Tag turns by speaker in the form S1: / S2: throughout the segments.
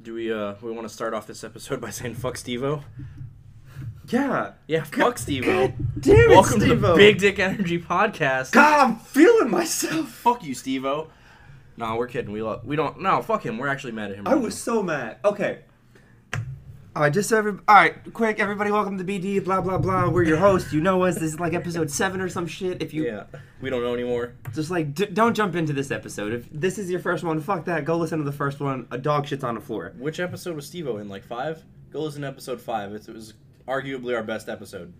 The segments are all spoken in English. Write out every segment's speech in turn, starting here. S1: Do we uh we want to start off this episode by saying fuck Stevo?
S2: Yeah.
S1: Yeah, fuck Stevo.
S2: Damn it,
S1: Welcome to the
S2: Steve-O.
S1: Big Dick Energy Podcast.
S2: God, I'm feeling myself.
S1: Fuck you, Stevo. No, we're kidding. We love. We don't. No, fuck him. We're actually mad at him.
S2: I
S1: right
S2: was so mad. Okay. All right, just so every. All right, quick, everybody, welcome to BD. Blah blah blah. We're your host. You know us. This is like episode seven or some shit. If
S1: now.
S2: you
S1: Yeah. We don't know anymore.
S2: just like, d- don't jump into this episode. If this is your first one, fuck that. Go listen to the first one. A dog shits on the floor.
S1: Which episode was Stevo in? Like five? Go listen to episode five. It's, it was arguably our best episode.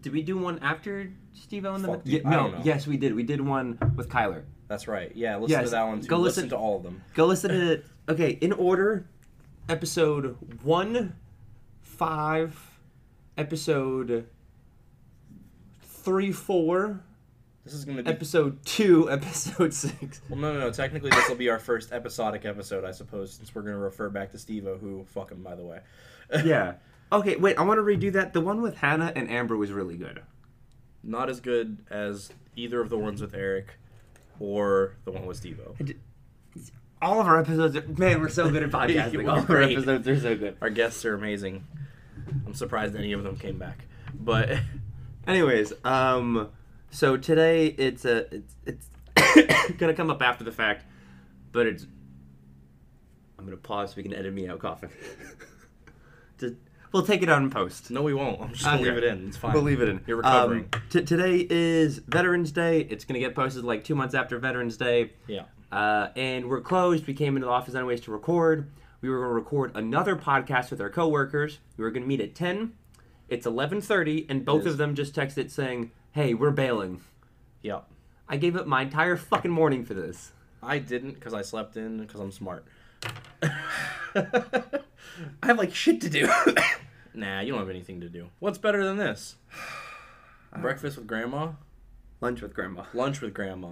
S2: Did we do one after Steve O and
S1: the- Fuck,
S2: yeah,
S1: I don't
S2: no?
S1: know.
S2: Yes, we did. We did one with Kyler.
S1: That's right. Yeah. Listen to
S2: Yes,
S1: that one too.
S2: go
S1: listen,
S2: listen-
S1: to all of them.
S2: Go listen to okay in order. Episode one, five, episode three, four,
S1: This is gonna be.
S2: episode two, episode six.
S1: well, no, no, no. Technically, this will be our first episodic episode, I suppose, since we're gonna refer back to Stevo, who fuck him, by the way.
S2: Yeah. Okay, wait. I want to redo that. The one with Hannah and Amber was really good.
S1: not as good as either of the ones with Eric or the one with Stevo.
S2: All of our episodes, are, man, we're so good at podcasting.
S1: We're
S2: All of our
S1: great.
S2: episodes are so good.
S1: Our guests are amazing. I'm surprised any of them came back. But
S2: Anyways, um, so today it's a it's, it's gonna come up after the fact, but it's I'm gonna pause so we can edit me out coughing. Just- we'll take it out in post.
S1: no, we won't. I'm just gonna
S2: Okay.
S1: leave it in. It's fine.
S2: We'll leave it in.
S1: You're recovering.
S2: Um, t- today is Veterans Day. It's gonna get posted like two months after Veterans Day.
S1: yeah.
S2: Uh, and we're closed. We came into the office anyways to record. We were going to record another podcast with our coworkers. We were going to meet at ten. It's eleven thirty, and both
S1: Yes.
S2: of them just texted saying, "Hey, we're bailing."
S1: Yeah.
S2: I gave up my entire fucking morning for this.
S1: I didn't because I slept in because I'm smart.
S2: I have like shit to do.
S1: Nah, you don't have anything to do. What's better than this? Breakfast with grandma,
S2: Lunch with grandma.
S1: lunch with grandma.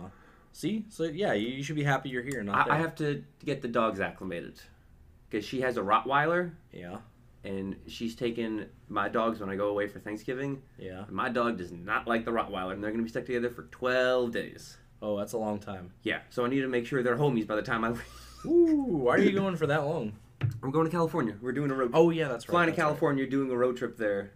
S1: See? So yeah, you, you should be happy you're here, not there.
S2: I, I have to get the dogs acclimated because she has a Rottweiler,
S1: yeah.
S2: and she's taking my dogs when I go away for Thanksgiving.
S1: Yeah.
S2: My dog does not like the Rottweiler, and they're going to be stuck together for twelve days.
S1: Oh, that's a long time.
S2: Yeah, so I need to make sure they're homies by the time I leave.
S1: Ooh, why are you going for that long?
S2: I'm going to California. We're doing a road
S1: Oh yeah, that's right.
S2: flying to
S1: that's right.
S2: California, doing a road trip there.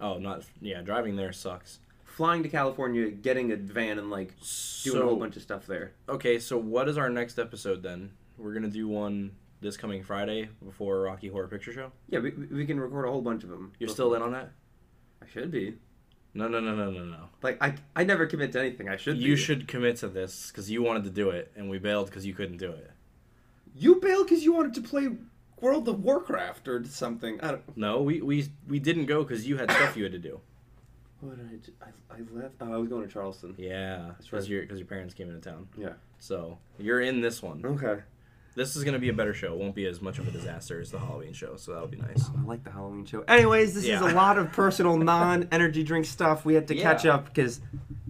S1: Oh, not yeah. Driving there sucks.
S2: Flying to California, getting a van and like doing a whole bunch of stuff there.
S1: Okay, so what is our next episode then? We're gonna do one this coming Friday before Rocky Horror Picture Show.
S2: Yeah, we, we we can record a whole bunch of them.
S1: You're still in on that?
S2: I should be.
S1: No, no, no, no, no, no.
S2: Like I, I never commit to anything. I should.
S1: You
S2: be.
S1: should commit to this because you wanted to do it, and we bailed because you couldn't do it.
S3: You bailed because you wanted to play World of Warcraft or something. I don't.
S1: No, we we we didn't go because you had stuff you had to do.
S2: What did I, do? I, I left. Oh, I was going to Charleston.
S1: Yeah,
S2: That's
S1: because
S2: right.
S1: your because your parents came into town.
S2: Yeah.
S1: So you're in this one.
S2: Okay.
S1: This is gonna be a better show. It won't be as much of a disaster as the Halloween show, so that'll be nice.
S2: I like the Halloween show. Anyways, this is
S1: Yeah.
S2: a lot of personal non-energy drink stuff. We had to catch
S1: Yeah.
S2: up because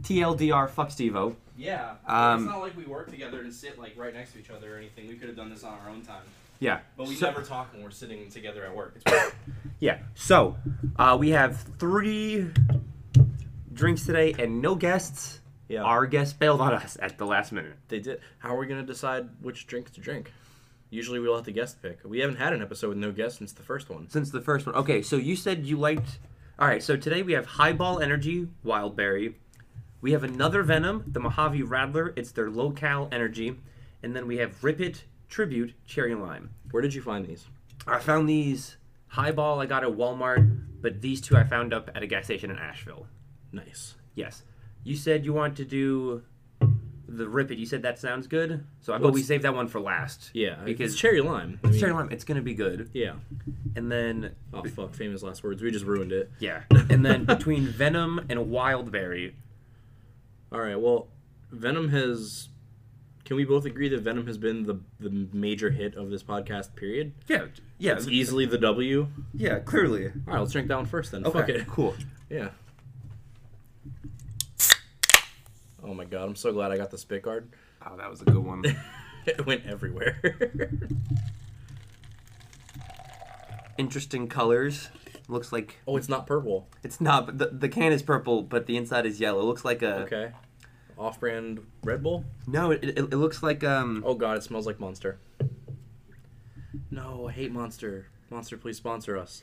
S2: TLDR, fuck Stevo.
S1: Yeah.
S2: Um,
S1: it's not like we work together and sit like right next to each other or anything. We could have done this on our own time.
S2: Yeah.
S1: But we
S2: So-
S1: never talk when we're sitting together at work. It's weird.
S2: Yeah. So, uh, we have three drinks today and no guests.
S1: Yeah.
S2: Our guest bailed on us at the last minute.
S1: they did. How are we gonna decide which drink to drink? Usually we let the guest pick. We haven't had an episode with no guests since the first one.
S2: Since the first one. Okay, so you said you liked. All right, so today we have Highball Energy Wildberry. We have another Venom, the Mojave Rattler. It's their low-cal energy. And then we have Rip It Tribute Cherry Lime.
S1: Where did you find these?
S2: I found these Highball I got at Walmart, but these two I found up at a gas station in Asheville.
S1: Nice.
S2: Yes. You said you want to do the rip it. You said that sounds good. So I bet
S1: What's-
S2: we saved that one for last.
S1: Yeah,
S2: Because-
S1: because cherry lime. I mean,
S2: Cherry lime, it's gonna be good.
S1: Yeah.
S2: And then
S1: Oh fuck, famous last words. We just ruined it.
S2: yeah, and then between Venom and Wildberry,
S1: All right. Well, Venom has. Can we both agree that Venom has been the the major hit of this podcast? Period.
S2: yeah, yeah,
S1: It's easily the W.
S3: Yeah, clearly.
S1: All right, let's drink that one first then. Fuck it.
S2: cool.
S1: Yeah. Oh my god, I'm so glad I got the spit guard.
S2: Oh, that was a good one.
S1: It went everywhere.
S2: Interesting colors. Looks like
S1: oh, it's not purple.
S2: it's not. But the the can is purple, but the inside is yellow. It looks like a
S1: Okay. Off brand Red Bull?
S2: no. It, it, it looks like um.
S1: Oh god, it smells like Monster. No, I hate Monster. Monster, please sponsor us.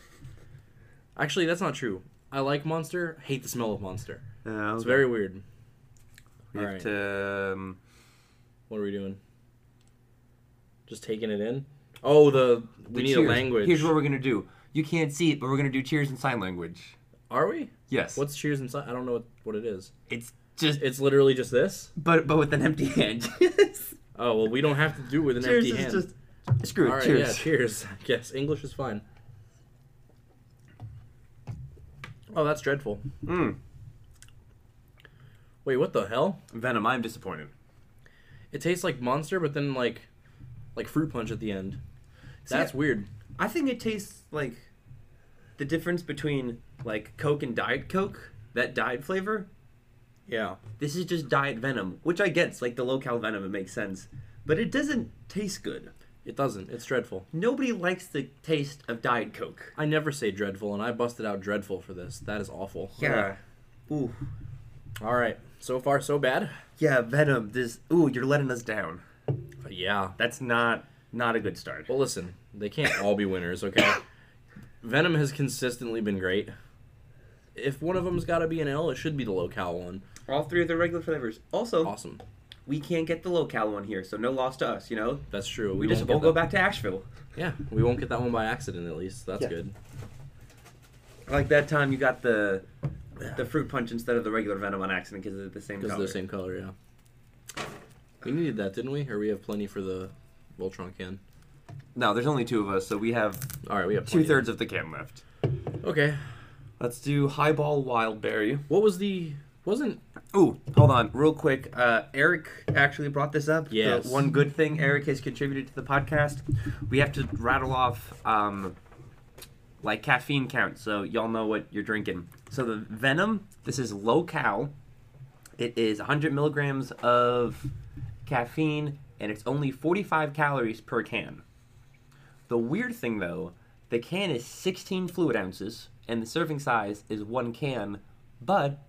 S1: Actually, that's not true. I like Monster. Hate the smell of Monster.
S2: Uh,
S1: It's very weird.
S2: We have
S1: Alright.
S2: to. Um,
S1: What are we doing? Just taking it in. Oh, the we
S2: the
S1: need
S2: cheers.
S1: a language.
S2: Here's what we're gonna do. You can't see it, but we're gonna do cheers in sign language.
S1: Are we?
S2: Yes.
S1: What's cheers inside? I don't know what, what it is.
S2: It's just
S1: It's literally just this.
S2: but but with an empty hand. yes.
S1: Oh well, we don't have to do it with an
S2: Cheers
S1: empty hand.
S2: is just screw it.
S1: All right,
S2: cheers.
S1: yeah, cheers. I guess English is fine. Oh, that's dreadful.
S2: Mm.
S1: Wait, what the hell?
S2: Venom, I'm disappointed.
S1: It tastes like monster, but then like, like fruit punch at the end. That's
S2: See,
S1: weird.
S2: I think it tastes like the difference between like Coke and Diet Coke, that diet flavor.
S1: Yeah.
S2: This is just diet venom, which I get. It's like the low cal venom. It makes sense, but it doesn't taste good.
S1: It doesn't. It's dreadful.
S2: Nobody likes the taste of Diet Coke.
S1: I never say dreadful, and I busted out dreadful for this. That is awful.
S2: Ooh.
S1: All right. So far, so bad.
S2: Yeah, Venom. This. Ooh, you're letting us down.
S1: Uh, Yeah.
S2: That's not not a good start.
S1: Well, listen, they can't all be winners, okay? Venom has consistently been great. If one of them's got to be an L, it should be the locale one.
S2: All three of the regular flavors. Also,
S1: Awesome.
S2: we can't get the local one here, so no loss to us. You know,
S1: That's true.
S2: we, just
S1: get
S2: won't go
S1: that-
S2: back to Asheville.
S1: Yeah, we won't get that one by accident, at least. That's
S2: Yeah.
S1: good.
S2: Like that time you got the the fruit punch instead of the regular venom on accident because they're the same
S1: Because
S2: color.
S1: they're the same color, yeah. We needed that, didn't we? Or we have plenty for the Voltron can.
S2: No, there's only two of us, so we have
S1: All right, we have plenty.
S2: two thirds of the can left.
S1: Okay.
S2: Let's do highball wild berry.
S1: What was the. Wasn't.
S2: Ooh, hold on, real quick. Uh, Eric actually brought this up. The
S1: Yes.
S2: one good thing Eric has contributed to the podcast, we have to rattle off um, like caffeine count, so y'all know what you're drinking. So the Venom, this is low cal. It is 100 milligrams of caffeine, and it's only 45 calories per can. The weird thing though, the can is 16 fluid ounces, and the serving size is one can, but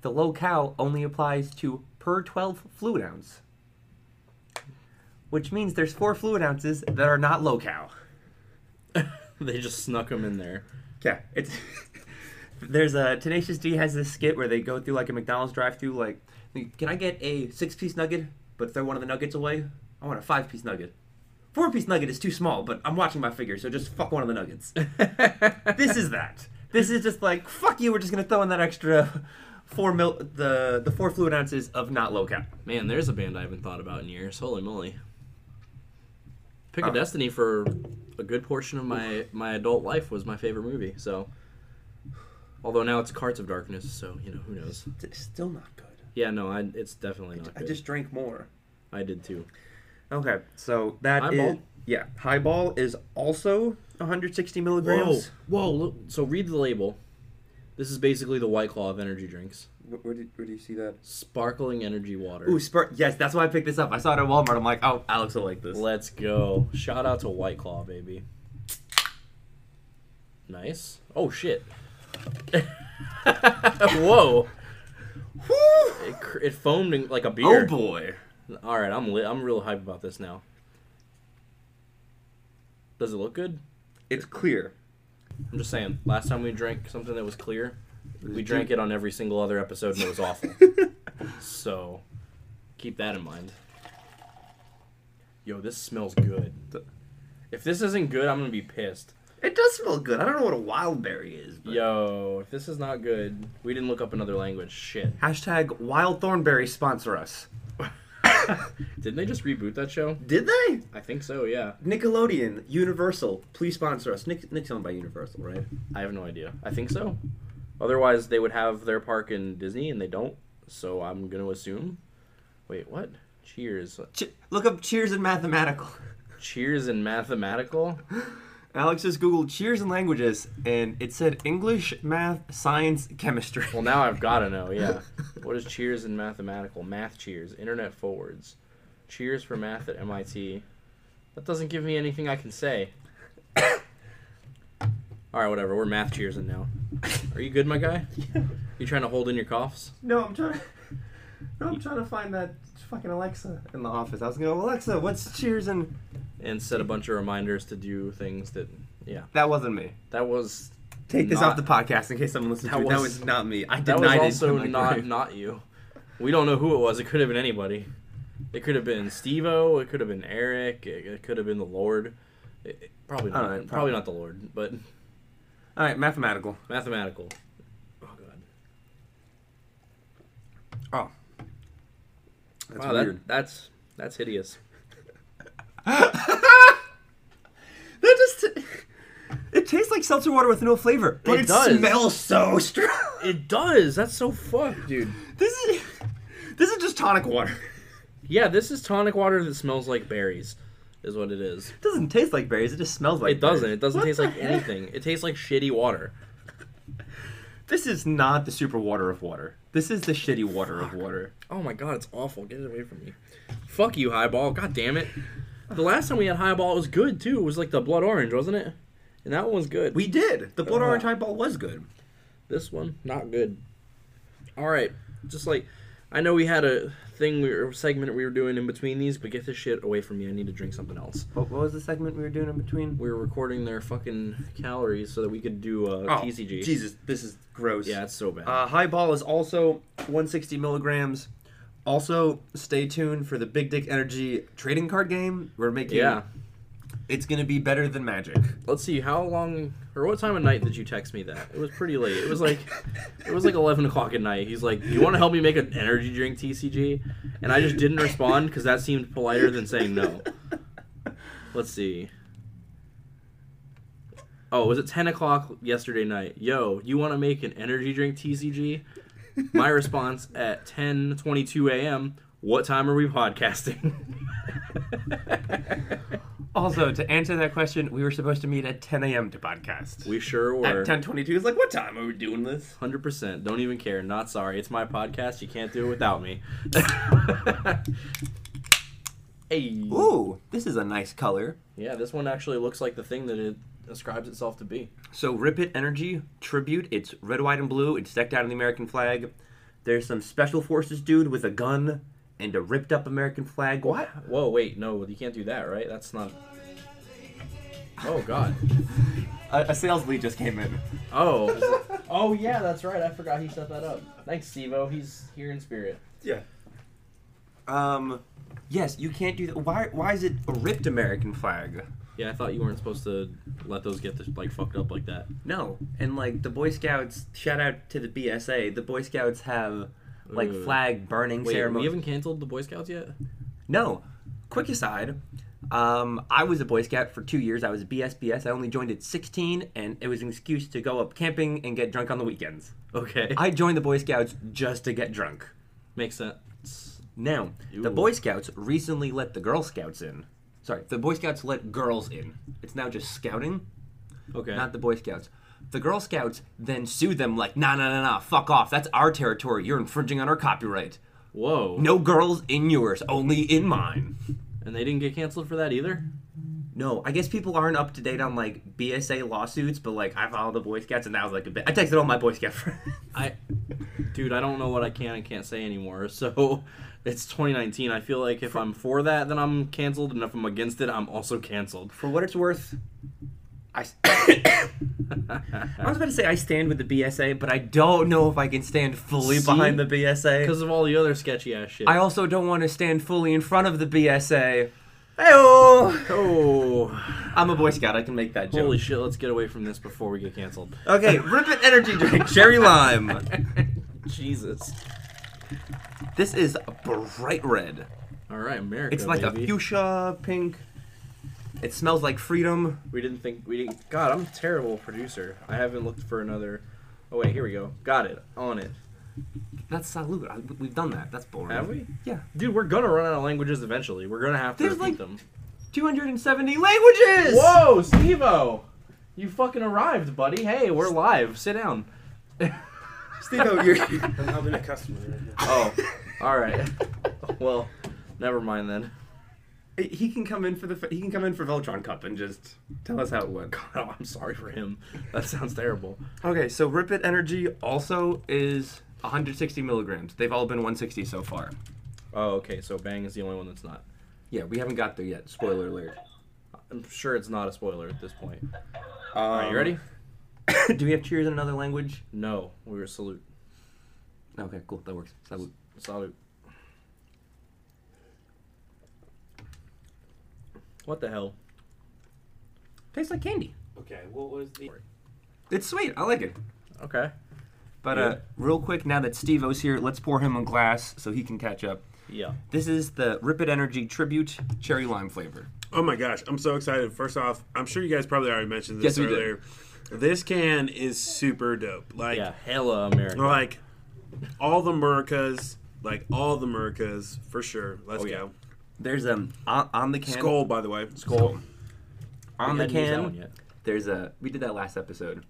S2: the low cal only applies to per 12 fluid ounce. Which means there's four fluid ounces that are not low cal.
S1: They just snuck him in there.
S2: Yeah, it's there's a Tenacious D has this skit where they go through like a McDonald's drive-through, like, can I get a six-piece nugget, but throw one of the nuggets away? I want a five-piece nugget. Four-piece nugget is too small, but I'm watching my figure, so just fuck one of the nuggets. this is that. This is just like fuck you. We're just gonna throw in that extra four mil the the four fluid ounces of not low cal.
S1: Man, there's a band I haven't thought about in years. Holy moly. Pick
S2: Huh.
S1: a Destiny for a good portion of my my adult life was my favorite movie. So, although now it's Carts of Darkness, so you know who knows.
S2: It's Still not good.
S1: Yeah, no, I, it's definitely not.
S3: I
S1: good.
S3: just drank more.
S1: I did too.
S2: Okay, so that is
S1: Highball?
S2: yeah. Highball is also 160
S1: Whoa,
S2: milligrams.
S1: whoa! Look, so read the label. This is basically the White Claw of energy drinks.
S3: Where, where, did, where do you see that?
S1: Sparkling energy water.
S2: Ooh, Spur. Yes, that's why I picked this up. I saw it at Walmart. I'm like, oh, Alex will like this.
S1: Let's go! Shout out to White Claw, baby. Nice. Oh shit. whoa. It, cr- it foamed in, like a
S2: Oh
S1: beer.
S2: boy.
S1: All right, I'm lit. I'm real hype about this now. Does it look good?
S2: It's clear.
S1: I'm just saying. Last time we drank something that was clear, we drank it on every single other episode and it was awful. so, keep that in mind. Yo, this smells good. If this isn't good, I'm gonna be pissed.
S2: It does smell good. I don't know what a wild berry is. But...
S1: Yo, if this is not good, we didn't look up another language. Shit.
S2: Hashtag wild thornberry sponsor us.
S1: Didn't they just reboot that show?
S2: Did they?
S1: I think so. Yeah.
S2: Nickelodeon, Universal, please sponsor us. Nick, Nick's owned by Universal, right?
S1: I have no idea. I think so. Otherwise, they would have their park in Disney, and they don't. So I'm gonna assume. Wait, what? Cheers.
S2: Ch- look up Cheers in mathematical.
S1: Cheers in mathematical.
S2: Alex just googled Cheers in languages, and it said English, math, science, chemistry.
S1: Well, now I've gotta know. Yeah. What is cheers in mathematical? Math cheers. Internet forwards. Cheers for math at MIT. That doesn't give me anything I can say. All right, whatever. We're math cheers in now. Are you good, my guy? You trying to hold in your coughs?
S2: No, I'm trying. No, I'm trying to find that fucking Alexa in the office. I was gonna go, Alexa, what's Cheers in
S1: and set a bunch of reminders to do things that yeah
S2: That wasn't me.
S1: that was
S2: Take this
S1: Not-
S2: off the podcast in case someone listens
S1: That
S2: to it. That
S1: was-
S2: was not me. I denied
S1: that was also
S2: it. I'm like,
S1: not
S2: right.
S1: not you. We don't know who it was. It could have been anybody. It could have been Stevo. It could have been Eric. It, it could have been the Lord. It, it- probably not.
S2: All right,
S1: probably.
S2: probably.
S1: not the Lord, but
S2: All right, mathematical.
S1: mathematical. Oh god.
S2: Oh, that's
S1: wow,
S2: weird.
S1: That, that's that's hideous.
S2: That just it tastes like seltzer water with no flavor.
S1: It does.
S2: so strong.
S1: It does. That's so fucked, dude.
S2: This is this is just tonic water.
S1: Yeah, this is tonic water that smells like berries, is what it is.
S2: It doesn't taste like berries. It just smells like.
S1: It doesn't.
S2: berries.
S1: It doesn't
S2: What
S1: taste
S2: the
S1: like
S2: heck?
S1: anything. It tastes like shitty water.
S2: This is not the super water of water. This is the shitty water of water.
S1: Oh my god, it's awful. Get it away from me. Fuck you, highball. God damn it. The last time we had highball, it was good too. It was like the blood orange, wasn't it? And that one was good.
S2: We did. The blood
S1: Uh-huh.
S2: orange highball was good.
S1: this one, not good. All right, just like I know we had a thing, we were, a segment we were doing in between these, but get this shit away from me. I need to drink something else.
S2: What, what was the segment we were doing in between?
S1: We were recording their fucking calories so that we could do uh, TCG.
S2: Oh, Jesus, this is gross.
S1: Yeah, it's so bad.
S2: Uh, highball is also 160 milligrams. Also, stay tuned for the Big Dick Energy trading card game. We're making.
S1: yeah.
S2: It's gonna be better than magic.
S1: Let's see how long or what time of night did you text me that? It was pretty late. It was like it was like eleven o'clock at night. He's like, "Do you want to help me make an energy drink TCG?" And I just didn't respond because that seemed politer than saying no. Let's see. Oh, was it ten o'clock yesterday night? Yo, you want to make an energy drink TCG? My response at ten twenty two a.m. What time are we podcasting?
S2: Also, to answer that question, we were supposed to meet at 10 a.m. to podcast.
S1: we sure were.
S2: at 10:22 is like, what time are we doing this?
S1: Hundred percent. Don't even care. Not sorry. It's my podcast. You can't do it without me. hey.
S2: Ooh, this is a nice color.
S1: Yeah, this one actually looks like the thing that it ascribes itself to be.
S2: So, Rip It Energy tribute. It's red, white, and blue. It's decked out in the American flag. There's some special forces dude with a gun and a ripped up American flag. What?
S1: Whoa, wait, no, you can't do that, right? That's not. Oh God.
S2: A, a sales lead just came in.
S1: Oh. oh yeah, that's right. I forgot he set that up. Thanks, Stevo. He's here in spirit.
S2: Yeah. Um, yes, you can't do that. Why? Why is it a ripped American flag?
S1: Yeah, I thought you weren't supposed to let those get like fucked up like that.
S2: No, and like the Boy Scouts. Shout out to the BSA. The Boy Scouts have like
S1: Ooh.
S2: flag burning
S1: Wait,
S2: ceremony.
S1: we haven't canceled the Boy Scouts yet.
S2: No. Quick aside, um, I was a Boy Scout for two years. I was BSBS. I only joined at 16, and it was an excuse to go up camping and get drunk on the weekends.
S1: Okay.
S2: I joined the Boy Scouts just to get drunk.
S1: Makes sense.
S2: Now, the
S1: Ooh.
S2: Boy Scouts recently let the Girl Scouts in. Sorry, the Boy Scouts let girls in. It's now just scouting,
S1: Okay.
S2: not the Boy Scouts. The Girl Scouts then sued them like, nah, nah, nah, nah, fuck off. That's our territory. You're infringing on our copyright.
S1: Whoa.
S2: No girls in yours, only in mine.
S1: And they didn't get canceled for that either.
S2: No, I guess people aren't up to date on like BSA lawsuits, but like I followed the Boy Scouts, and that was like a bit. I texted all my Boy Scout friends.
S1: I, dude, I don't know what I can and can't say anymore. So it's 2019. I feel like if I'm for that, then I'm canceled, and if I'm against it, I'm also canceled.
S2: For what it's worth, I. s- I was about to say I stand with the BSA, but I don't know if I can stand fully
S1: See?
S2: behind the BSA.
S1: Because of all the other sketchy ass shit.
S2: I also don't want to stand fully in front of the BSA. Hey,
S1: oh,
S2: I'm a Boy Scout. I can make that joke.
S1: holy shit! Let's get away from this before we get canceled.
S2: okay, Rip It Energy Drink, Cherry Lime.
S1: Jesus.
S2: This is bright red.
S1: All right, America.
S2: It's like
S1: baby.
S2: a fuchsia pink. It smells like freedom.
S1: We didn't think we didn't. God, I'm a terrible producer. I haven't looked for another. Oh wait, here we go. Got it. On it.
S2: That's salute. I- We've done that. That's boring.
S1: Have we?
S2: Yeah.
S1: Dude, we're gonna run out of languages eventually. We're gonna have to
S2: There's
S1: repeat
S2: like-
S1: them.
S2: 270 languages!
S1: Whoa, Stevo! You fucking arrived, buddy. Hey, we're live. Sit down.
S2: Steve, you're.
S4: I'm helping a customer. right now.
S1: Oh, all right. Well, never mind then.
S2: He can come in for the he can come in for Veltron Cup and just tell us how it went.
S1: Oh, I'm sorry for him. That sounds terrible.
S2: Okay, so Rip It Energy also is 160 milligrams. They've all been 160 so far.
S1: Oh, okay. So Bang is the only one that's not.
S2: Yeah, we haven't got there yet. Spoiler alert.
S1: I'm sure it's not a spoiler at this point.
S3: Um,
S1: All right, you ready?
S2: Do we have cheers in another language?
S1: No, we were salute.
S2: Okay, cool. That works. That would-
S1: Salute. What the hell?
S2: tastes like candy.
S4: Okay, what was the?
S2: It's sweet. I like it.
S1: Okay.
S2: But uh, real quick, now that Steve O's here, let's pour him a glass so he can catch up.
S1: Yeah.
S2: This is the Rip It Energy Tribute Cherry Lime flavor.
S4: Oh my gosh, I'm so excited. First off, I'm sure you guys probably already mentioned
S2: Yes,
S4: this
S2: we did.
S4: earlier. This can is super dope. Like,
S1: Yeah. Hella America.
S4: like all the Mercas, like all the Mercas for sure. Let's
S1: Oh, yeah.
S4: go.
S2: There's um on, on the can.
S4: Skull, by the way. Skull.
S2: on
S1: We
S2: the
S1: hadn't used that one
S2: can.
S1: yet.
S2: There's a we did that last episode.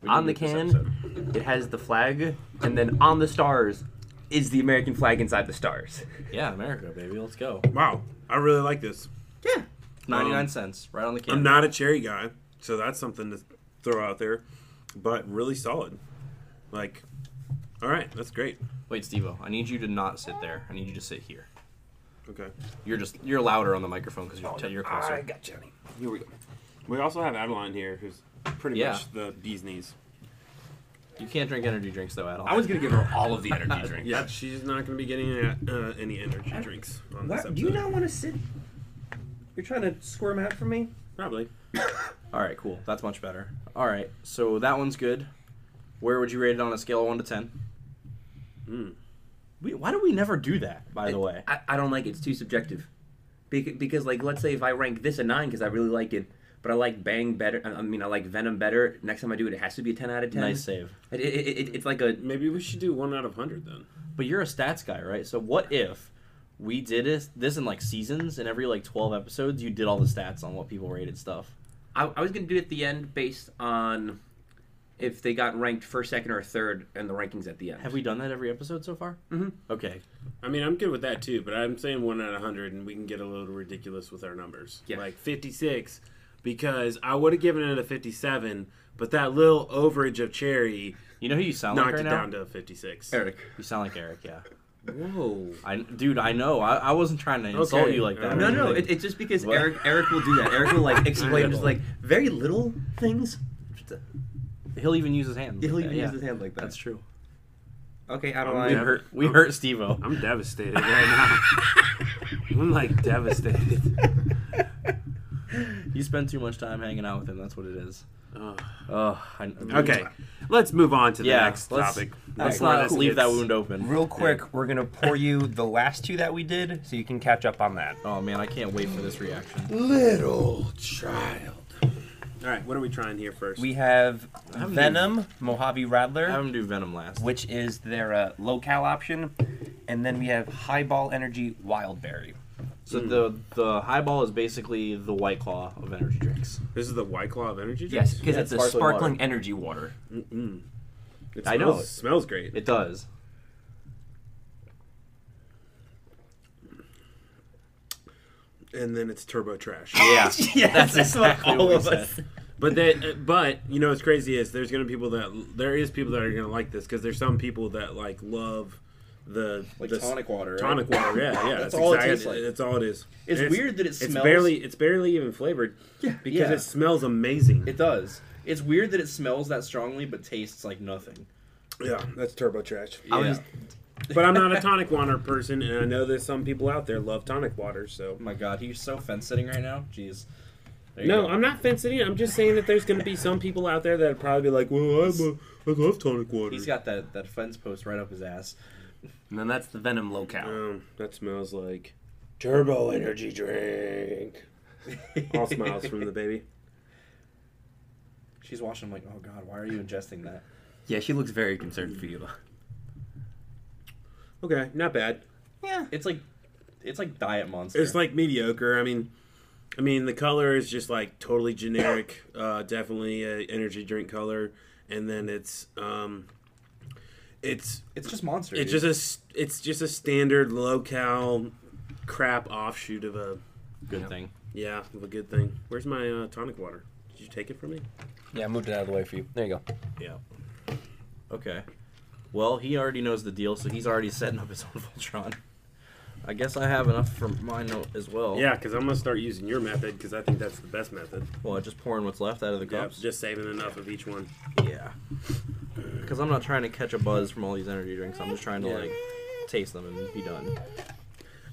S1: We
S2: On the
S1: didn't use this
S2: can, it has the flag, and then on the stars is the American flag inside the stars.
S1: episode. Yeah, America, baby. Let's go.
S4: Wow, I really like this.
S2: Yeah.
S1: 99
S2: Um,
S1: cents, right on the can.
S4: I'm not a cherry guy, so that's something to throw out there. But really solid. Like, all right, that's great.
S1: Wait, Stevo, I need you to not sit there. I need you to sit here.
S4: Okay.
S1: You're just you're louder on the microphone because you're,
S2: Oh,
S1: t- you're closer.
S2: got Johnny. Here we go.
S4: We also have Adeline here, who's pretty
S1: Yeah.
S4: much the bee's knees.
S1: You can't drink energy drinks though, at all.
S2: I was gonna give her all of the energy drink.
S4: Yeah, she's not going to be getting uh, any energy drinks on this
S2: What?
S4: episode.
S2: Do you not want to sit? You're trying to squirm out from me.
S4: Probably.
S1: All right, cool. That's much better. All right, so that one's good. Where would you rate it on a scale of one to ten?
S4: Mm.
S1: We, why do we never do that? By the way,
S2: I, I don't like Hmm. it. It's too subjective. Because, because like, let's say if I rank this a nine because I really like it, but I like Bang better. I I mean, I like Venom better. Next time I do it, it has to be a ten out of ten.
S1: nice save.
S2: It, it, it- it- it's like a
S4: Maybe we should do one out of hundred then.
S1: But you're a stats guy, right? So what if we did this, this in like seasons, and every like twelve episodes, you did all the stats on what people rated stuff.
S2: I, I was gonna do it at the end based on if they got ranked first, second, or third, and the rankings at the end.
S1: Have we done that every episode so far?
S2: Mhm.
S1: Okay.
S4: I mean, I'm good with that too, but I'm saying one out of hundred, and we can get a little ridiculous with our numbers.
S2: Yeah.
S4: Like fifty-six, because I would have given it a fifty-seven, but that little overage of cherry
S1: You know who you sound like
S4: knocked
S1: right
S4: it
S1: now?
S4: down to fifty-six.
S2: Eric?
S1: You sound like Eric, yeah.
S2: Whoa.
S1: I, dude, I know. I, I wasn't trying to insult
S4: Okay.
S1: you like that. or
S2: No, no, it,
S1: anything.
S2: it's just because
S1: What?
S2: Eric Eric will do that. Eric will like explain just
S4: know.
S2: like very little things.
S1: he'll even use his hand.
S2: He'll
S1: like
S2: even
S1: that,
S2: use
S1: yeah.
S2: his hand like that.
S1: That's true.
S2: okay, out of
S4: I'm
S1: We
S4: Yeah.
S2: line.
S1: hurt. We hurt Stevo.
S4: I'm devastated right now. I'm like devastated.
S1: You spend too much time hanging out with him. That's what it is.
S4: Ugh.
S1: Oh, I,
S4: okay, let's move on to the
S1: Yeah,
S4: next
S1: let's-
S4: topic.
S1: Let's
S4: Before
S1: not
S4: this
S1: leave that
S4: gets-
S1: wound open.
S2: Real quick, we're gonna pour you the last two that we did, so you can catch up on that.
S1: Oh man, I can't wait for this reaction.
S3: Little child.
S4: All right, what are we trying here first?
S2: We have
S1: haven't
S2: Venom Mojave Rattler,
S1: Have him do Venom last.
S2: which is their uh, locale option, and then we have Highball Energy Wildberry.
S1: So the the highball is basically the white claw of energy drinks.
S4: this is the White Claw of energy
S2: Yes,
S4: drinks.
S2: because
S1: Yeah,
S2: it's, a
S1: it's sparkling
S2: sparkling energy water.
S4: Mm-mm. It
S1: I know.
S4: smells- Smells great.
S1: It does.
S4: and then it's turbo trash.
S1: Yeah. That's
S2: yes, that's what
S1: exactly
S2: all
S1: what we
S2: of us.
S1: said.
S4: But that, but you know, what's crazy is there's gonna people that there is people that are gonna like this because there's some people that like love the
S3: Like
S4: the
S3: tonic water. right?
S4: Tonic water, yeah, yeah.
S3: That's all it tastes like.
S4: That's all it is.
S3: It's
S4: And
S3: weird that it
S4: It's
S3: smells-
S4: barely, it's barely even flavored. Yeah, because
S1: yeah.
S4: it smells amazing.
S1: It does. It's weird that it smells that strongly but tastes like nothing.
S4: yeah, that's turbo trash.
S2: I was-
S4: but I'm not a tonic water person, and I know there's some people out there love tonic water. So
S1: Oh my god, he's so fence sitting right now. Jeez. There you
S4: no,
S1: go.
S4: I'm not fencing it. I'm just saying that there's gonna be some people out there that'd probably be like, well, I'm a, I love tonic water.
S1: He's got that that fence post right up his ass.
S2: And then that's the Venom locale.
S4: Um, that smells like turbo energy drink. All smiles from the baby.
S1: She's watching. I'm like, oh god, why are you ingesting that?
S2: Yeah, she looks very concerned for you.
S4: Okay, not bad.
S2: Yeah.
S1: It's like, it's like diet monster.
S4: It's like mediocre. I mean, I mean the color is just like totally generic. Uh, definitely a energy drink color, and then it's um, it's
S1: it's just monster.
S4: it's
S1: dude.
S4: just a s- it's just a standard low cal crap offshoot of a
S1: good
S2: Yeah.
S1: thing.
S4: yeah of a good thing. Where's my uh, tonic water? Did you take it from me?
S2: Yeah, I moved it out of the way for you. There you go.
S1: Yeah. Okay. Well, he already knows the deal, so he's already setting up his own Voltron. I guess I have enough for my note as well.
S4: Yeah, because I'm gonna start using your method because I think that's the best method.
S1: Well, just pouring what's left out of the
S4: Yep,
S1: cups.
S4: just saving enough of each one.
S1: Yeah. Because I'm not trying to catch a buzz from all these energy drinks. I'm just trying to
S4: Yeah.
S1: like taste them and be done.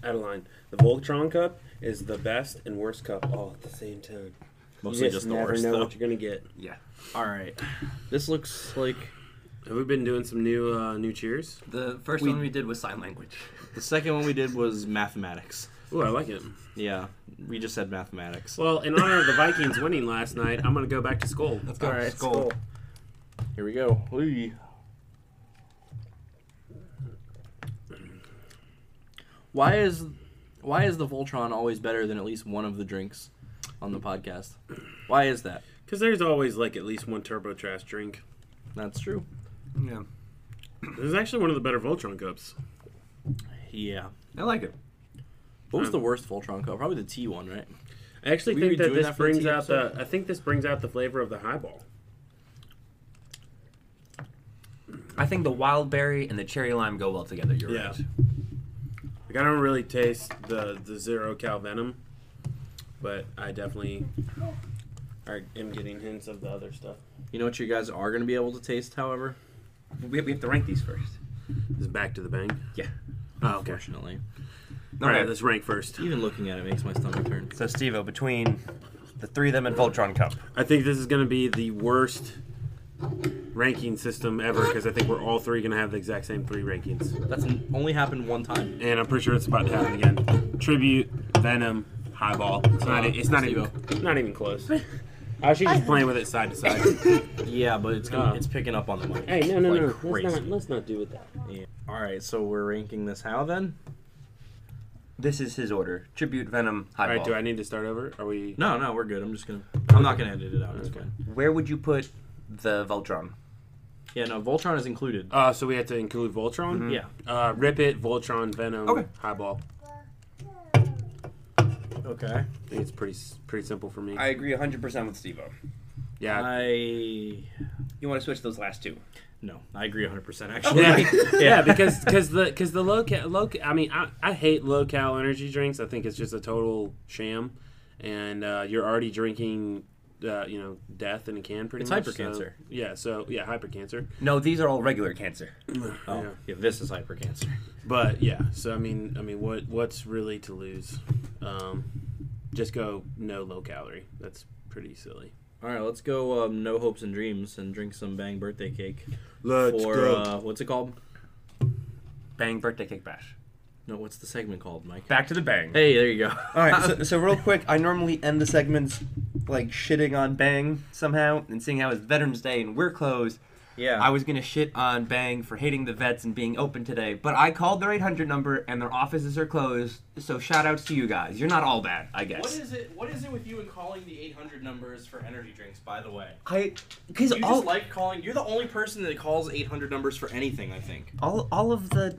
S4: Adeline, the Voltron cup is the best and worst cup all at the same time.
S1: Mostly just, the
S4: never
S1: worst
S4: know
S1: though.
S4: what you're gonna get.
S2: Yeah.
S1: All right. This looks like
S4: Have we been doing some new uh, new cheers?
S2: The first
S1: We-
S2: one we did was sign language.
S1: the second one we did was mathematics.
S4: Ooh, I like it.
S1: Yeah, we just said mathematics.
S4: Well, in honor of the Vikings winning last night, I'm gonna go back to school. Let's
S2: go.
S4: right,
S2: Skol.
S4: Skol.
S1: Here we go. Whee. Why is why is the Voltron always better than at least one of the drinks on the podcast? Why is that?
S4: Because there's always like at least one turbo trash drink.
S1: That's true.
S2: Yeah.
S4: This is actually one of the better Voltron cups.
S1: Yeah.
S2: I like it.
S1: What was
S4: Um,
S1: the worst Voltron cup? Probably the T one, right?
S4: I actually
S1: We were
S4: think that
S1: doing
S4: this
S1: that for the
S4: brings
S1: tea
S4: out the. I think this brings out the flavor of the highball.
S2: I think the wild berry and the cherry lime go well together. You're
S4: Yeah.
S2: right.
S4: Like I don't really taste the the zero cal venom, but I definitely are, am getting hints of the other stuff.
S1: You know what you guys are gonna be able to taste, however?
S2: We, we have to rank these first.
S4: Is back to the bang.
S2: Yeah.
S4: Oh, okay.
S1: Unfortunately.
S4: All right, let's rank first.
S1: Even looking at it makes my stomach turn.
S2: So, Steve, between the three of them and Voltron Cup.
S4: I think this is going to be the worst ranking system ever because I think we're all three going to have the exact same three rankings,
S1: That's n- only happened one time.
S4: and I'm pretty sure it's about to happen again. Tribute, Venom, Highball. It's not. It's not even. Not even close. I was just playing with it side to side.
S1: Yeah, but it's gonna,
S4: Oh.
S1: it's picking up on the mic.
S4: Hey, no, no,
S1: like
S4: no.
S1: Crazy.
S4: Let's not, let's not do it that.
S1: All right, so we're ranking this how then?
S2: This is his order Tribute, Venom,
S4: All
S2: Highball.
S4: right. Do I need to start over? Are we?
S1: No, no, we're good. I'm just gonna. I'm not gonna edit it out. It's fine.
S2: Where would you put the Voltron?
S1: Yeah, no, Voltron is included.
S4: Uh, so we have to include Voltron.
S1: Yeah.
S4: Uh, Rip it, Voltron, Venom,
S2: Okay.
S4: Highball.
S1: Okay.
S4: I think it's pretty s- pretty simple for me.
S3: I agree 100% with Steve
S4: yeah.
S1: I
S3: You want to switch those last two.
S1: no, I agree 100 percent actually.
S4: yeah, yeah, because because the because the low cal, low ca- I mean I, I hate low cal energy drinks. I think it's just a total sham, and uh, you're already drinking, uh, you know, death in a can. Pretty
S1: It's
S4: much.
S1: hypercancer.
S4: So, yeah, so yeah, hypercancer.
S2: No, these are all regular cancer.
S1: Oh,
S4: Yeah.
S1: yeah. this is hypercancer.
S4: But yeah, so I mean I mean what what's really to lose? Um, just go no low calorie. That's pretty silly.
S1: All right, let's go. Um, no hopes and dreams, and drink some Bang birthday cake for Uh, what's it called?
S2: Bang, birthday cake bash.
S1: No, what's the segment called, Mike?
S2: Back to the bang.
S1: Hey, there you go.
S2: All right, so, so real quick, I normally end the segments like shitting on Bang somehow, and seeing how it's Veterans Day and we're closed,
S1: yeah,
S2: I was gonna shit on Bang for hating the vets and being open today. But I called their 800 number, and their offices are closed. So shout outs to you guys. You're not all bad, I guess.
S1: it? What is it with you and calling the 800 numbers for energy drinks? By the way,
S2: I because
S1: you
S2: all,
S1: just like calling. You're the only person that calls 800 numbers for anything. I think.
S2: all all of the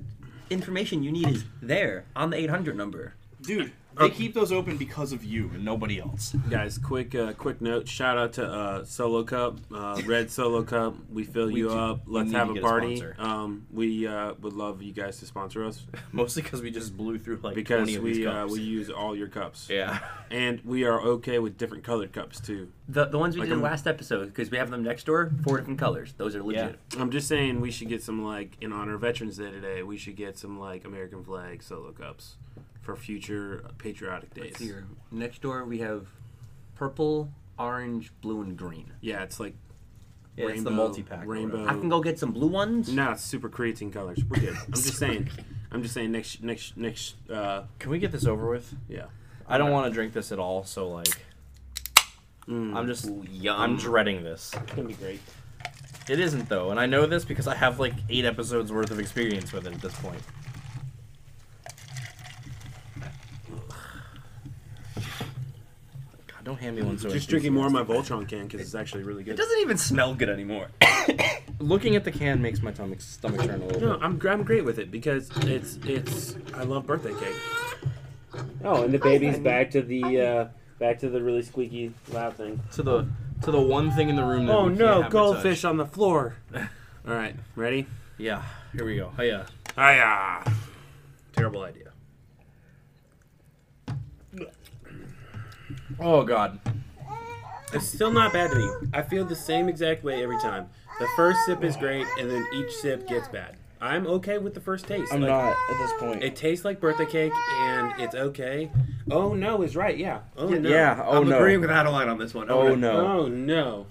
S2: information you need is there on the 800 number.
S1: Dude, uh,
S4: they
S1: keep those open because of you and nobody else.
S4: Guys, quick uh, quick note. Shout out to uh, Solo Cup, uh, Red Solo Cup. We fill
S1: We
S4: you
S1: do-
S4: up.
S1: we
S4: Let's
S1: need
S4: have
S1: to
S4: a
S1: get a
S4: party.
S1: sponsor.
S4: um, we uh, would love you guys to sponsor us
S1: Mostly because we just blew through like
S4: because
S1: 20 of these
S4: we uh,
S1: cups.
S4: we use all your cups.
S1: yeah.
S4: And we are okay with different colored cups too.
S2: The the ones we
S4: Like
S2: did
S4: I'm-
S2: last episode because we have them next door, four different colors. Those are legit.
S4: I'm just saying we should get some like in honor of Veterans Day today. We should get some like American flag Solo Cups for future patriotic
S2: Let's
S4: days.
S2: see here. Next door we have purple, orange, blue, and green.
S4: Yeah, it's like
S1: Yeah, it's the
S4: rainbow-
S1: multi-pack or
S4: Rainbow.
S2: I can go get some blue ones.
S4: No, it's super creatine colors. We're good. I'm just saying. I'm just saying. Next, next, next. Uh,
S1: Can we get this over with?
S4: yeah.
S1: I don't want to drink this at all. So like,
S4: Mm.
S1: I'm just
S2: Ooh, yum.
S1: I'm dreading this.
S4: It's gonna be great.
S1: It isn't though, and I know this because I have like eight episodes worth of experience with it at this point. God, don't hand me one so.
S4: Just drinking more of my Voltron can because it's actually really
S2: It
S4: good.
S2: doesn't even smell good anymore.
S1: Looking at the can makes my stomach stomach turn a little
S4: No,
S1: bit.
S4: I'm I'm great with it because it's it's I love birthday cake. Oh, and the baby's back to the uh, back to the really squeaky loud thing.
S1: To the to the one thing in the room. That
S4: Oh
S1: we can't have
S4: no,
S1: it touch.
S4: goldfish on the floor. All right, ready?
S1: Yeah, here we go. Oh yeah.
S4: Hiya! Terrible idea.
S1: Oh god.
S4: It's still not bad to me. I feel the same exact way every time. The first sip is great, and then each sip gets bad. I'm okay with the first taste.
S1: I'm
S4: Like,
S1: not at this point.
S4: It tastes like birthday cake, and it's okay. Oh no, is right. Yeah. Oh no.
S1: yeah. Oh
S3: I'm
S1: no.
S3: agreeing with Adeline on this one.
S1: Oh
S3: Okay.
S1: no.
S4: Oh no.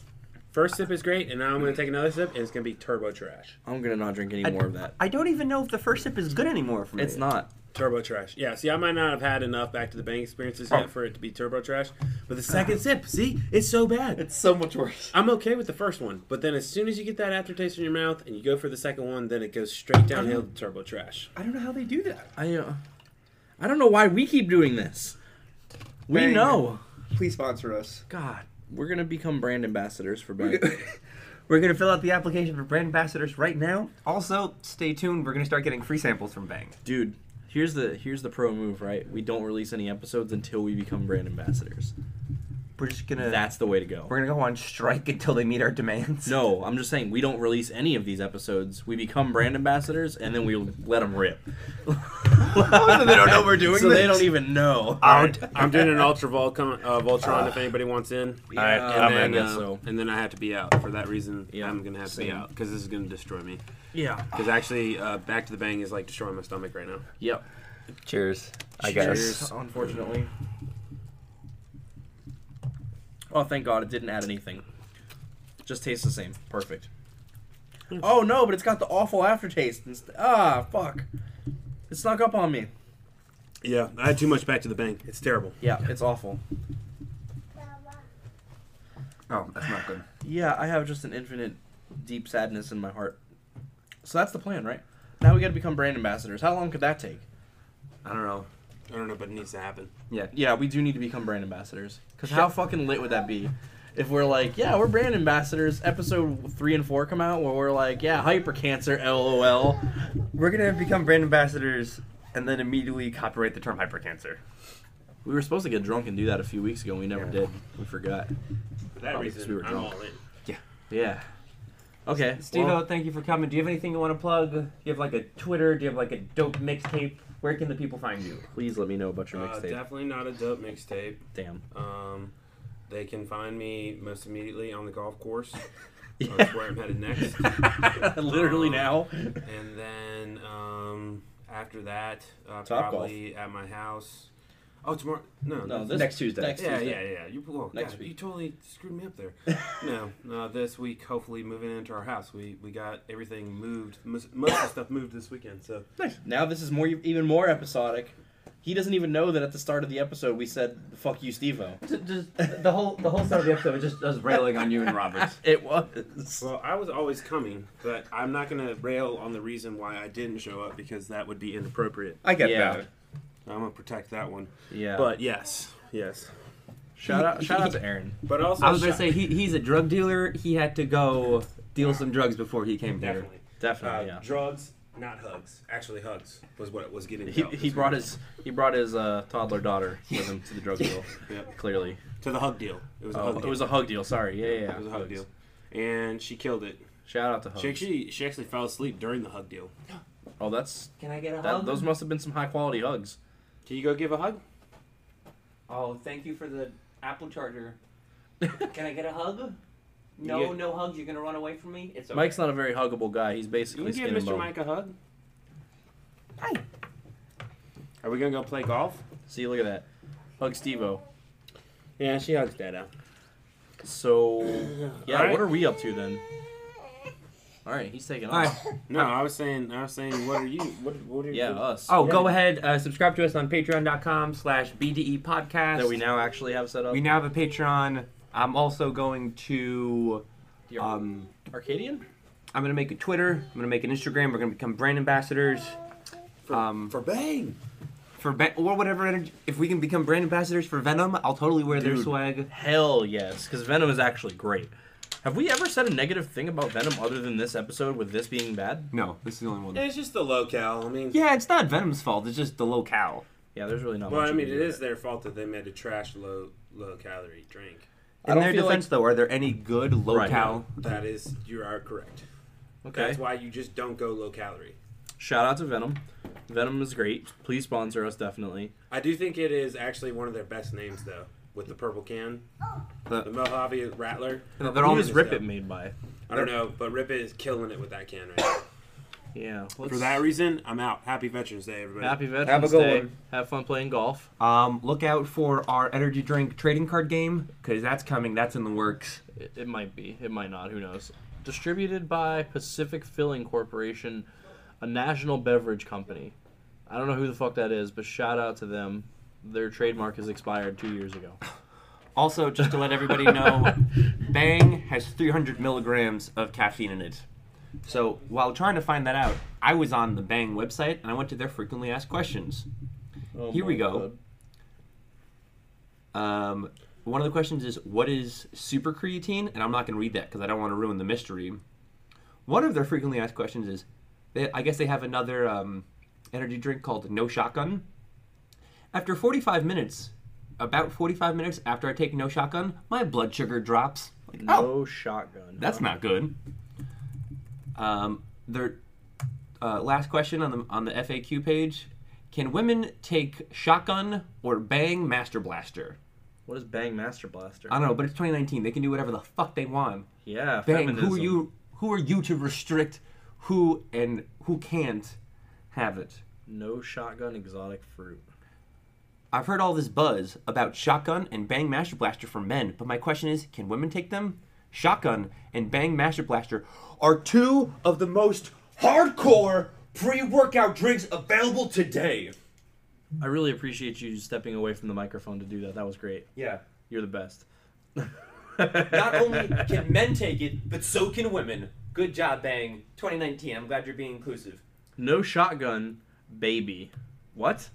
S4: First sip is great, and now I'm gonna take another sip, and it's gonna be turbo trash.
S1: I'm gonna not drink any
S2: I-
S1: more of that.
S2: I don't even know if the first sip is good anymore for me.
S1: It's not.
S4: Turbo trash. Yeah. See, I might not have had enough back to the bank experiences yet for it to be turbo trash, but the second sip, see, it's so bad.
S3: It's so much worse.
S4: I'm okay with the first one, but then as soon as you get that aftertaste in your mouth and you go for the second one, then it goes straight downhill to turbo trash.
S3: I don't know how they do that.
S1: I. Uh, I don't know why we keep doing this. We
S3: Bang.
S1: know.
S3: Please sponsor us.
S1: God, we're gonna become brand ambassadors for Bang.
S2: We're gonna fill out the application for brand ambassadors right now. Also, stay tuned. We're gonna start getting free samples from Bang.
S1: Dude, here's the here's the pro move, right? We don't release any episodes until we become brand ambassadors.
S2: We're just gonna
S1: That's the way to go.
S2: we're gonna go on strike until they meet our demands.
S1: No, I'm just saying we don't release any of these episodes. We become brand ambassadors and then we let them rip.
S2: So they don't know we're doing
S1: So they
S2: this?
S1: don't even know.
S2: I'll,
S4: I'm doing an Ultra Volcon, uh, Voltron if anybody wants in.
S1: All right,
S4: and
S1: I'm
S4: then,
S1: in.
S4: uh,
S1: So-
S4: and then I have to be out for that reason.
S1: Yeah,
S4: I'm gonna have to be
S1: same.
S4: out because this is gonna destroy me.
S1: Yeah.
S4: Because actually, uh, Back to the Bang is like destroying my stomach right now.
S1: Yep.
S2: cheers. I
S1: Cheers, Unfortunately. Oh, thank God it didn't add anything. Just tastes the same. Perfect. Oh no, but it's got the awful aftertaste. inst- ah, fuck. It snuck up on me.
S4: Yeah, I had too much Back to the Bang. It's terrible.
S1: Yeah, it's awful.
S2: Oh, that's not good.
S1: Yeah, I have just an infinite deep sadness in my heart. So that's the plan, right? Now we gotta become brand ambassadors. How long could that take?
S2: I don't know.
S4: I don't know, but it needs to happen.
S1: Yeah, we do need to become brand ambassadors. Because how fucking lit would that be if we're like, yeah, we're brand ambassadors, episode three and four come out where we're like, yeah, hyper cancer, lol.
S2: We're gonna become brand ambassadors and then immediately copyright the term hypercancer.
S1: We were supposed to get drunk and do that a few weeks ago, and we never
S2: Yeah.
S1: did. We forgot.
S4: For that
S1: Probably 'cause
S4: reason,
S1: we were
S4: I'm
S1: drunk.
S4: all in.
S1: Yeah. Okay.
S2: Steve, uh,
S1: well,
S2: thank you for coming. Do you have anything you want to plug? Do you have like a Twitter? Do you have like a dope mixtape? Where can the people find you?
S1: please let me know about your
S4: Uh,
S1: mixtape.
S4: definitely not a dope mixtape.
S1: Damn.
S4: Um, they can find me most immediately on the golf course.
S1: Yeah.
S4: That's where I'm headed next.
S1: Literally
S4: Um,
S1: now.
S4: And then um, after that, uh,
S1: Top
S4: probably at my house. Oh, tomorrow? No,
S1: No,
S4: that's-
S1: this
S2: Next Tuesday.
S1: Next
S4: yeah,
S1: Tuesday.
S4: yeah, yeah. You well,
S1: Next
S4: God,
S1: week.
S4: You totally screwed me up there. no, no. This week, hopefully, moving into our house. We we got everything moved. Most, most of the stuff moved this weekend. So
S1: Nice. Now this is more, e-, even more episodic. He doesn't even know that at the start of the episode we said "fuck you, Stevo."
S2: Just the whole the whole start of the episode was just us railing on you and Roberts.
S1: It was.
S4: Well, I was always coming, but I'm not going to rail on the reason why I didn't show up because that would be inappropriate.
S3: I get
S1: Yeah.
S3: that.
S4: I'm going to protect that one.
S1: Yeah.
S4: But yes, yes.
S1: shout out, shout out to Aaron.
S4: But also,
S2: I was gonna say he, he's a drug dealer. He had to go deal some drugs before he came here.
S4: definitely. Uh,
S1: Definitely.
S4: Drugs, not hugs. Actually, hugs was what it was getting.
S1: He,
S4: dealt
S1: he
S4: this
S1: brought
S4: week.
S1: his he brought his uh, toddler daughter with him to the drug deal.
S4: Yep.
S1: Clearly,
S4: to the hug deal. It was a
S1: oh,
S4: hug
S1: it
S4: deal.
S1: was a hug deal. Sorry, yeah, yeah, yeah.
S4: It was a hug deal, and she killed it.
S1: Shout out to hugs.
S4: She actually she actually fell asleep during the hug deal.
S1: Oh, that's
S2: Can I get a
S1: that, those must have been some high quality hugs.
S4: Can you go give a hug?
S2: Oh, thank you for the Apple charger. Can I get a hug?
S4: No, You get-
S2: no hugs. You're gonna run away from me. It's
S1: Mike's not a very huggable guy. He's
S4: Can
S1: basically
S4: we give
S1: skin and
S4: Mr.
S1: bone.
S4: Mike a hug? Are we gonna go play golf?
S1: See, look at that. Hug Stevo.
S4: Yeah, she hugs Dada.
S1: So yeah,
S4: Alright.
S1: what are we up to then? All right, he's taking
S2: All right.
S1: off.
S4: No, I was saying, I was saying, what are you? What, what are you?
S1: Yeah, us.
S2: Oh,
S4: Yeah.
S2: go ahead. Uh, subscribe to us on patreon.com slash BDE podcast.
S1: that we now actually have set up.
S2: We now have a Patreon. I'm also going to.
S1: Your-
S2: Um,
S1: Arcadian.
S2: I'm going to make a Twitter. I'm going to make an Instagram. We're going to become brand ambassadors. Um,
S4: for bang.
S2: for Ven- or whatever energy. If we can become brand ambassadors for Venom, I'll totally wear their
S1: Dude.
S2: swag.
S1: Hell yes, because Venom is actually great. Have we ever said a negative thing about Venom other than this episode with this being bad?
S2: No, this is the only one.
S4: It's just the locale. I mean,
S2: Yeah, it's not Venom's fault. It's just the locale.
S1: Yeah, there's really not
S4: Well,
S1: much.
S4: I
S1: you
S4: mean,
S1: can
S4: it
S1: do
S4: is
S1: about
S4: their fault that they made a trash low low calorie drink.
S1: I
S2: In
S1: don't
S2: their
S1: feel
S2: defense, though, are there any good locale?
S4: That is, you are correct.
S1: it.
S4: That's
S1: Okay.
S4: why you just don't go low calorie.
S1: Shout out to Venom. Venom is great. Please sponsor us, definitely.
S4: I do think it is actually one of their best names, though. with the purple can,
S2: The-
S4: the Mojave Rattler.
S2: They're almost
S1: Rip
S4: stuff.
S1: It made by.
S4: I don't know, but Rip It is killing it with that can right now.
S1: Yeah.
S4: For that reason, I'm out. Happy Veterans Day, everybody.
S1: Happy Veterans
S2: Have a good
S1: Day.
S2: one.
S1: Have fun playing golf.
S2: Um, look out for our energy drink trading card game because that's coming. That's in the works.
S1: It, it might be. It might not. Who knows? Distributed by Pacific Filling Corporation, a national beverage company. I don't know who the fuck that is, but shout out to them. Their trademark has expired two years ago.
S2: Also, just to let everybody know, Bang has 300 milligrams of caffeine in it. So while trying to find that out, I was on the Bang website and I went to their frequently asked questions. Oh Here we go. Um, one of the questions is what is super creatine, and I'm not going to read that because I don't want to ruin the mystery. One of their frequently asked questions is, they, I guess they have another um, energy drink called No Shotgun. After 45 minutes, about 45 minutes after I take No Shotgun, my blood sugar drops. Like,
S1: No
S2: oh,
S1: shotgun.
S2: that's not good. Um, their uh, last question on the on the FAQ page: Can women take Shotgun or Bang Master Blaster?
S1: What is Bang Master Blaster?
S2: I don't know, but it's 2019. They can do whatever the fuck they want.
S1: yeah,
S2: Bang.
S1: feminism.
S2: Who are you? Who are you to restrict who and who can't have it?
S1: No shotgun exotic fruit.
S2: I've heard all this buzz about shotgun and bang master blaster for men, but my question is, can women take them? Shotgun and bang master blaster are two of the most hardcore pre-workout drinks available today.
S1: I really appreciate you stepping away from the microphone to do that. That was great.
S2: Yeah.
S1: You're the best.
S2: Not only can men take it, but so can women. Good job, Bang. 2019. I'm glad you're being inclusive.
S1: No shotgun, baby. What?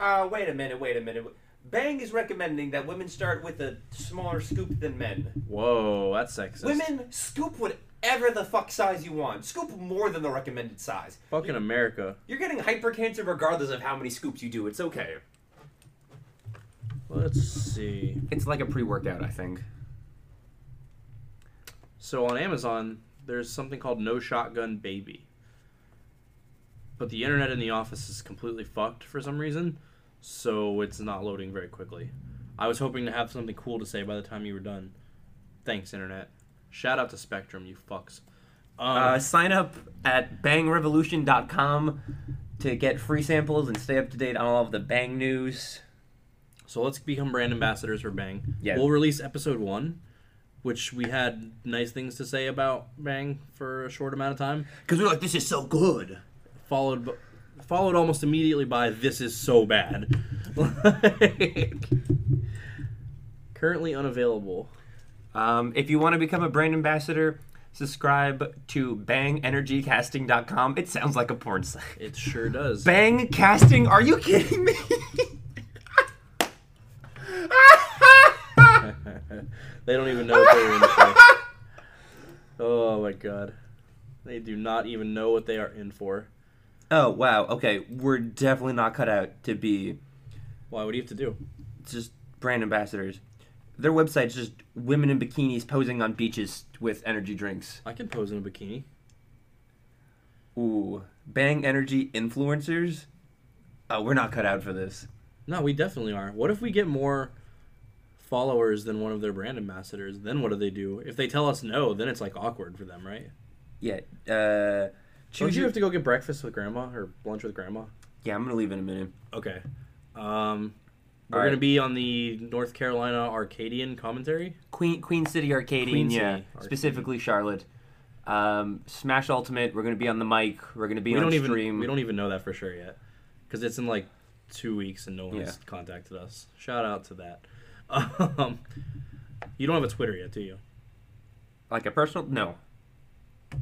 S2: Uh, wait a minute, wait a minute. Bang is recommending that women start with a smaller scoop than men.
S1: Whoa, that's sexist.
S2: Women scoop whatever the fuck size you want. Scoop more than the recommended size.
S1: Fucking America.
S2: You're getting hypercancer regardless of how many scoops you do. It's okay.
S1: Let's see.
S2: It's like a pre-workout, I think.
S1: So on Amazon, there's something called No Shotgun Baby. But the internet in the office is completely fucked for some reason, so it's not loading very quickly. I was hoping to have something cool to say by the time you were done. Thanks, internet. Shout out to Spectrum, you fucks. Um,
S2: Uh, sign up at bangrevolution.com to get free samples and stay up to date on all of the Bang news.
S1: So let's become brand ambassadors for Bang.
S2: Yeah.
S1: We'll release episode one, which we had nice things to say about Bang for a short amount of time,
S2: Because we're like, this is so good.
S1: followed b- followed almost immediately by "This is so bad." Like, currently unavailable.
S2: Um, if you want to become a brand ambassador, subscribe to bangenergycasting.com. It sounds like a porn site.
S1: It sure does.
S2: Bang casting? Are you kidding me?
S1: they don't even know what they're in for. Oh my god, they do not even know what they are in for.
S2: oh, wow. Okay, we're definitely not cut out to be
S1: Why? What do you have to do?
S2: just brand ambassadors. Their website's just women in bikinis posing on beaches with energy drinks.
S1: I can pose in a bikini.
S2: Ooh. Bang energy influencers? Oh, we're not cut out for this.
S1: No, we definitely are. What if we get more followers than one of their brand ambassadors? Then what do they do? If they tell us no, then it's like awkward for them, right?
S2: Yeah, uh.
S1: Don't
S2: Choose
S1: you
S2: your...
S1: have to go get breakfast with grandma or lunch with grandma?
S2: Yeah, I'm gonna leave in a minute.
S1: Okay. Um, we're
S2: All right.
S1: gonna be on the North Carolina Arcadian commentary.
S2: Queen Queen City Arcadian,
S1: Queen City
S2: yeah,
S1: Arcadian.
S2: specifically Charlotte. Um, Smash Ultimate, we're gonna be on the mic. We're gonna be
S1: we
S2: on
S1: don't even
S2: stream.
S1: we don't even know that for sure yet, because it's in like two weeks and no one's
S2: Yeah.
S1: contacted us. Shout out to that. Um, you don't have a Twitter yet, do you?
S2: like a personal. No,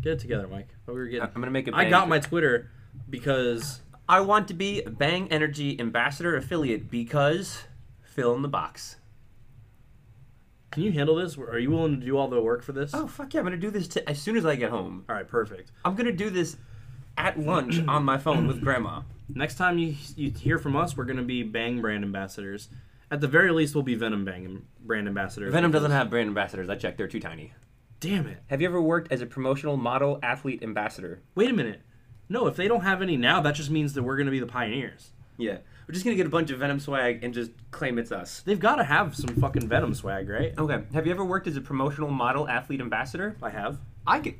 S1: Get it together, Mike. I thought we were
S2: I-
S1: getting.
S2: I'm gonna make it.
S1: I got my Twitter because
S2: I want to be a Bang Energy Ambassador affiliate because fill in the box.
S1: Can you handle this? Are you willing to do all the work for this?
S2: Oh fuck yeah! I'm gonna do this t- as soon as I get home.
S1: All right, perfect.
S2: I'm gonna do this at lunch on my phone with Grandma.
S1: Next time you you hear from us, we're gonna be Bang brand ambassadors. At the very least, we'll be Venom Bang am- brand ambassadors.
S2: Venom doesn't have brand ambassadors. I checked; they're too tiny.
S1: Damn it!
S2: Have you ever worked as a promotional model, athlete, ambassador?
S1: Wait a minute. No, if they don't have any now, that just means that we're gonna be the pioneers.
S2: Yeah. We're just gonna get a bunch of Venom swag and just claim it's us.
S1: They've got to have some fucking Venom swag, right?
S2: Okay. Have you ever worked as a promotional model athlete ambassador?
S1: I have.
S2: I could.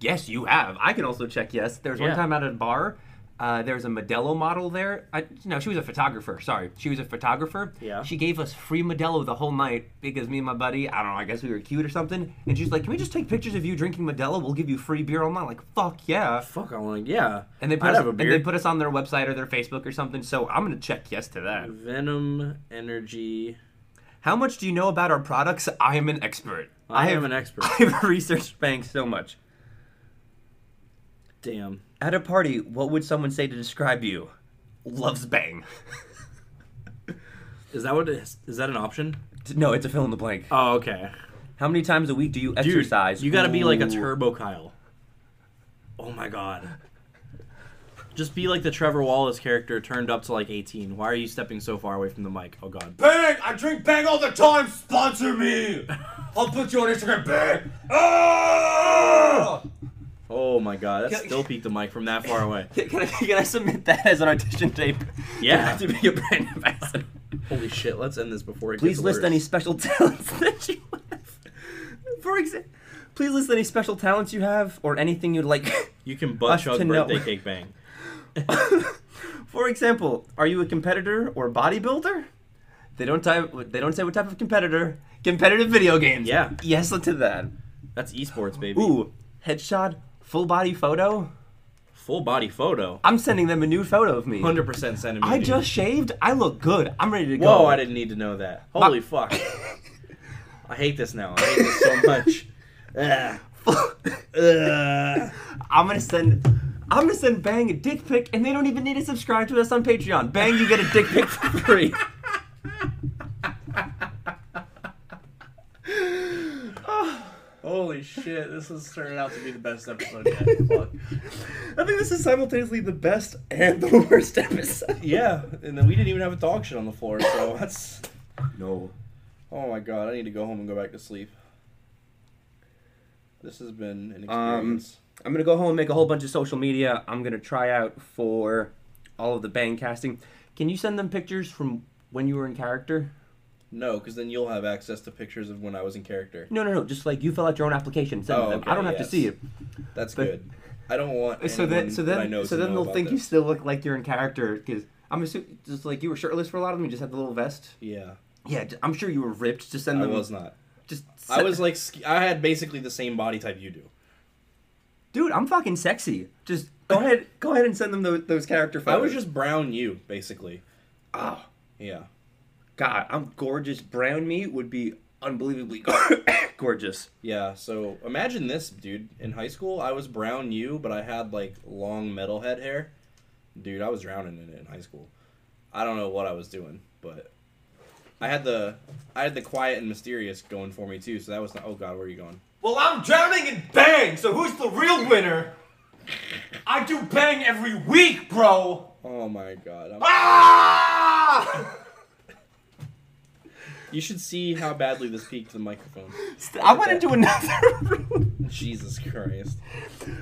S2: Yes, you have. I can also check yes. There was
S1: Yeah.
S2: one time at a bar. Uh, there was a Modelo model there. I, no, she was a photographer. Sorry, she was a photographer.
S1: Yeah.
S2: She gave us free Modelo the whole night because me and my buddy, I don't know, I guess we were cute or something. And she's like, "Can we just take pictures of you drinking Modelo? We'll give you free beer all night." Like, fuck yeah.
S1: Fuck, I want to. Yeah.
S2: And they
S1: I'd
S2: put us,
S1: have a
S2: and they
S1: beard.
S2: put us on their website or their Facebook or something. So I'm gonna check yes to that.
S1: Venom energy.
S2: How much do you know about our products? I am an expert.
S1: I,
S2: have
S1: am an expert.
S2: I've researched Bang so much.
S1: Damn.
S2: At a party, what would someone say to describe you? Loves Bang.
S1: Is that what it is? Is that an option?
S2: no, it's a fill in the blank.
S1: Oh, okay.
S2: How many times a week do you exercise?
S1: You got to be like a
S2: Ooh.
S1: Turbo Kyle. Oh my god. Just be like the Trevor Wallace character turned up to like 18. Why are you stepping so far away from the mic? Oh god.
S3: Bang! I drink bang all the time. Sponsor me. I'll put you on Instagram. Bang. Ah!
S1: Oh my god. That still peaked the mic from that far away.
S2: Can, can I, can I submit that as an audition tape?
S1: Yeah.
S2: to be a brand ambassador.
S1: Holy shit. Let's end this before it
S2: Please
S1: gets
S2: list
S1: worse.
S2: any special talents that you have. For example, please list any special talents you have or anything you'd like.
S1: You can butt
S2: us
S1: chug
S2: to know.
S1: birthday cake bang.
S2: For example, are you a competitor or bodybuilder? They don't type, They don't say what type of competitor. Competitive video games.
S1: Yeah.
S2: Yes to that.
S1: That's esports, baby.
S2: Ooh, headshot, full body photo.
S1: Full body photo.
S2: I'm sending them a new photo of me.
S1: 100% send me.
S2: I
S1: dude.
S2: just shaved. I look good. I'm ready to go.
S1: Whoa, I didn't need to know that. Holy fuck. I hate this now. I hate this so much. Ugh. Ugh.
S2: I'm gonna send. I'm gonna send Bang a dick pic, and they don't even need to subscribe to us on Patreon. Bang, you get a dick pic for free.
S3: Holy shit! This is turning out to be the best episode yet. Fuck.
S2: I think this is simultaneously the best and the worst episode.
S1: yeah, and then we didn't even have a dog shit on the floor, so that's.
S2: No.
S1: Oh my god, I need to go home and go back to sleep. This has been an
S2: Um,
S1: experience.
S2: I'm gonna go home and make a whole bunch of social media. I'm gonna try out for all of the bang casting. Can you send them pictures from when you were in character?
S1: no, because then you'll have access to pictures of when I was in character.
S2: No, no, no. Just like you fill out your own application. Send
S1: Oh,
S2: them.
S1: okay,
S2: I don't have
S1: yes.
S2: to see it.
S1: That's
S2: But-
S1: good. I don't want.
S2: So then,
S1: anyone
S2: so
S1: that I
S2: then,
S1: know to
S2: so then
S1: know
S2: they'll
S1: about
S2: think you
S1: this.
S2: still look like you're in character because I'm assuming just like you were shirtless for a lot of them. You just had the little vest.
S1: Yeah,
S2: Yeah, j- I'm sure you were ripped. Just send
S1: I
S2: them.
S1: was not.
S2: Just.
S1: I
S2: se-
S1: was like, sk- I had basically the same body type you do.
S2: Dude, I'm fucking sexy. Just go ahead, go ahead and send them those, those character
S1: I
S2: photos.
S1: was just brown you, basically.
S2: Oh.
S1: Yeah.
S2: God, I'm gorgeous. Brown me would be unbelievably gorgeous.
S1: Yeah, so imagine this, dude. In high school, I was brown you, but I had like long metalhead hair. Dude, I was drowning in it in high school. I don't know what I was doing, but I had the I had the quiet and mysterious going for me too. So that was not, oh god, where are you going?
S3: Well, I'm drowning in bang. So who's the real winner? I do bang every week, bro.
S1: Oh my god. I'm-
S3: Ah!
S1: you should see how badly this peaked the microphone.
S2: I went into another room.
S1: Jesus Christ.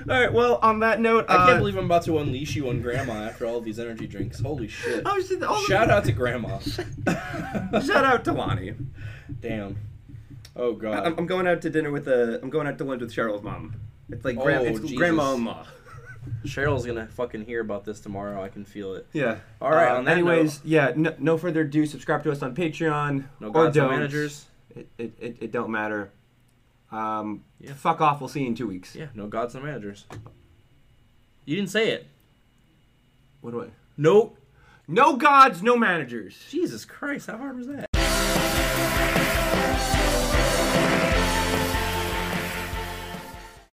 S2: All right. Well, on that note,
S1: I
S2: uh,
S1: can't believe I'm about to unleash you on grandma after all these energy drinks. Holy shit.
S2: Oh, shit, all the-
S1: Shout out to grandma.
S2: Shout out to Lonnie. Uh,
S1: Damn. Oh god.
S2: I'm, I'm going out to dinner with uh, I'm going out to lunch with Cheryl's mom. It's like gran-
S1: Oh,
S2: it's
S1: Jesus.
S2: grandma.
S1: Cheryl's gonna fucking hear about this tomorrow. I can feel it.
S2: Yeah.
S1: All right,
S2: Uh,
S1: on that
S2: anyways, yeah. No, no further ado. Subscribe to us on Patreon
S1: No
S2: or
S1: gods, no
S2: don't.
S1: managers.
S2: It, it, it, it don't matter. Um,
S1: Yeah.
S2: fuck off. We'll see you in two weeks.
S1: Yeah, no gods, no managers. You didn't say it.
S2: What do I?
S1: No.
S2: No gods, no managers.
S1: Jesus Christ, how hard was that?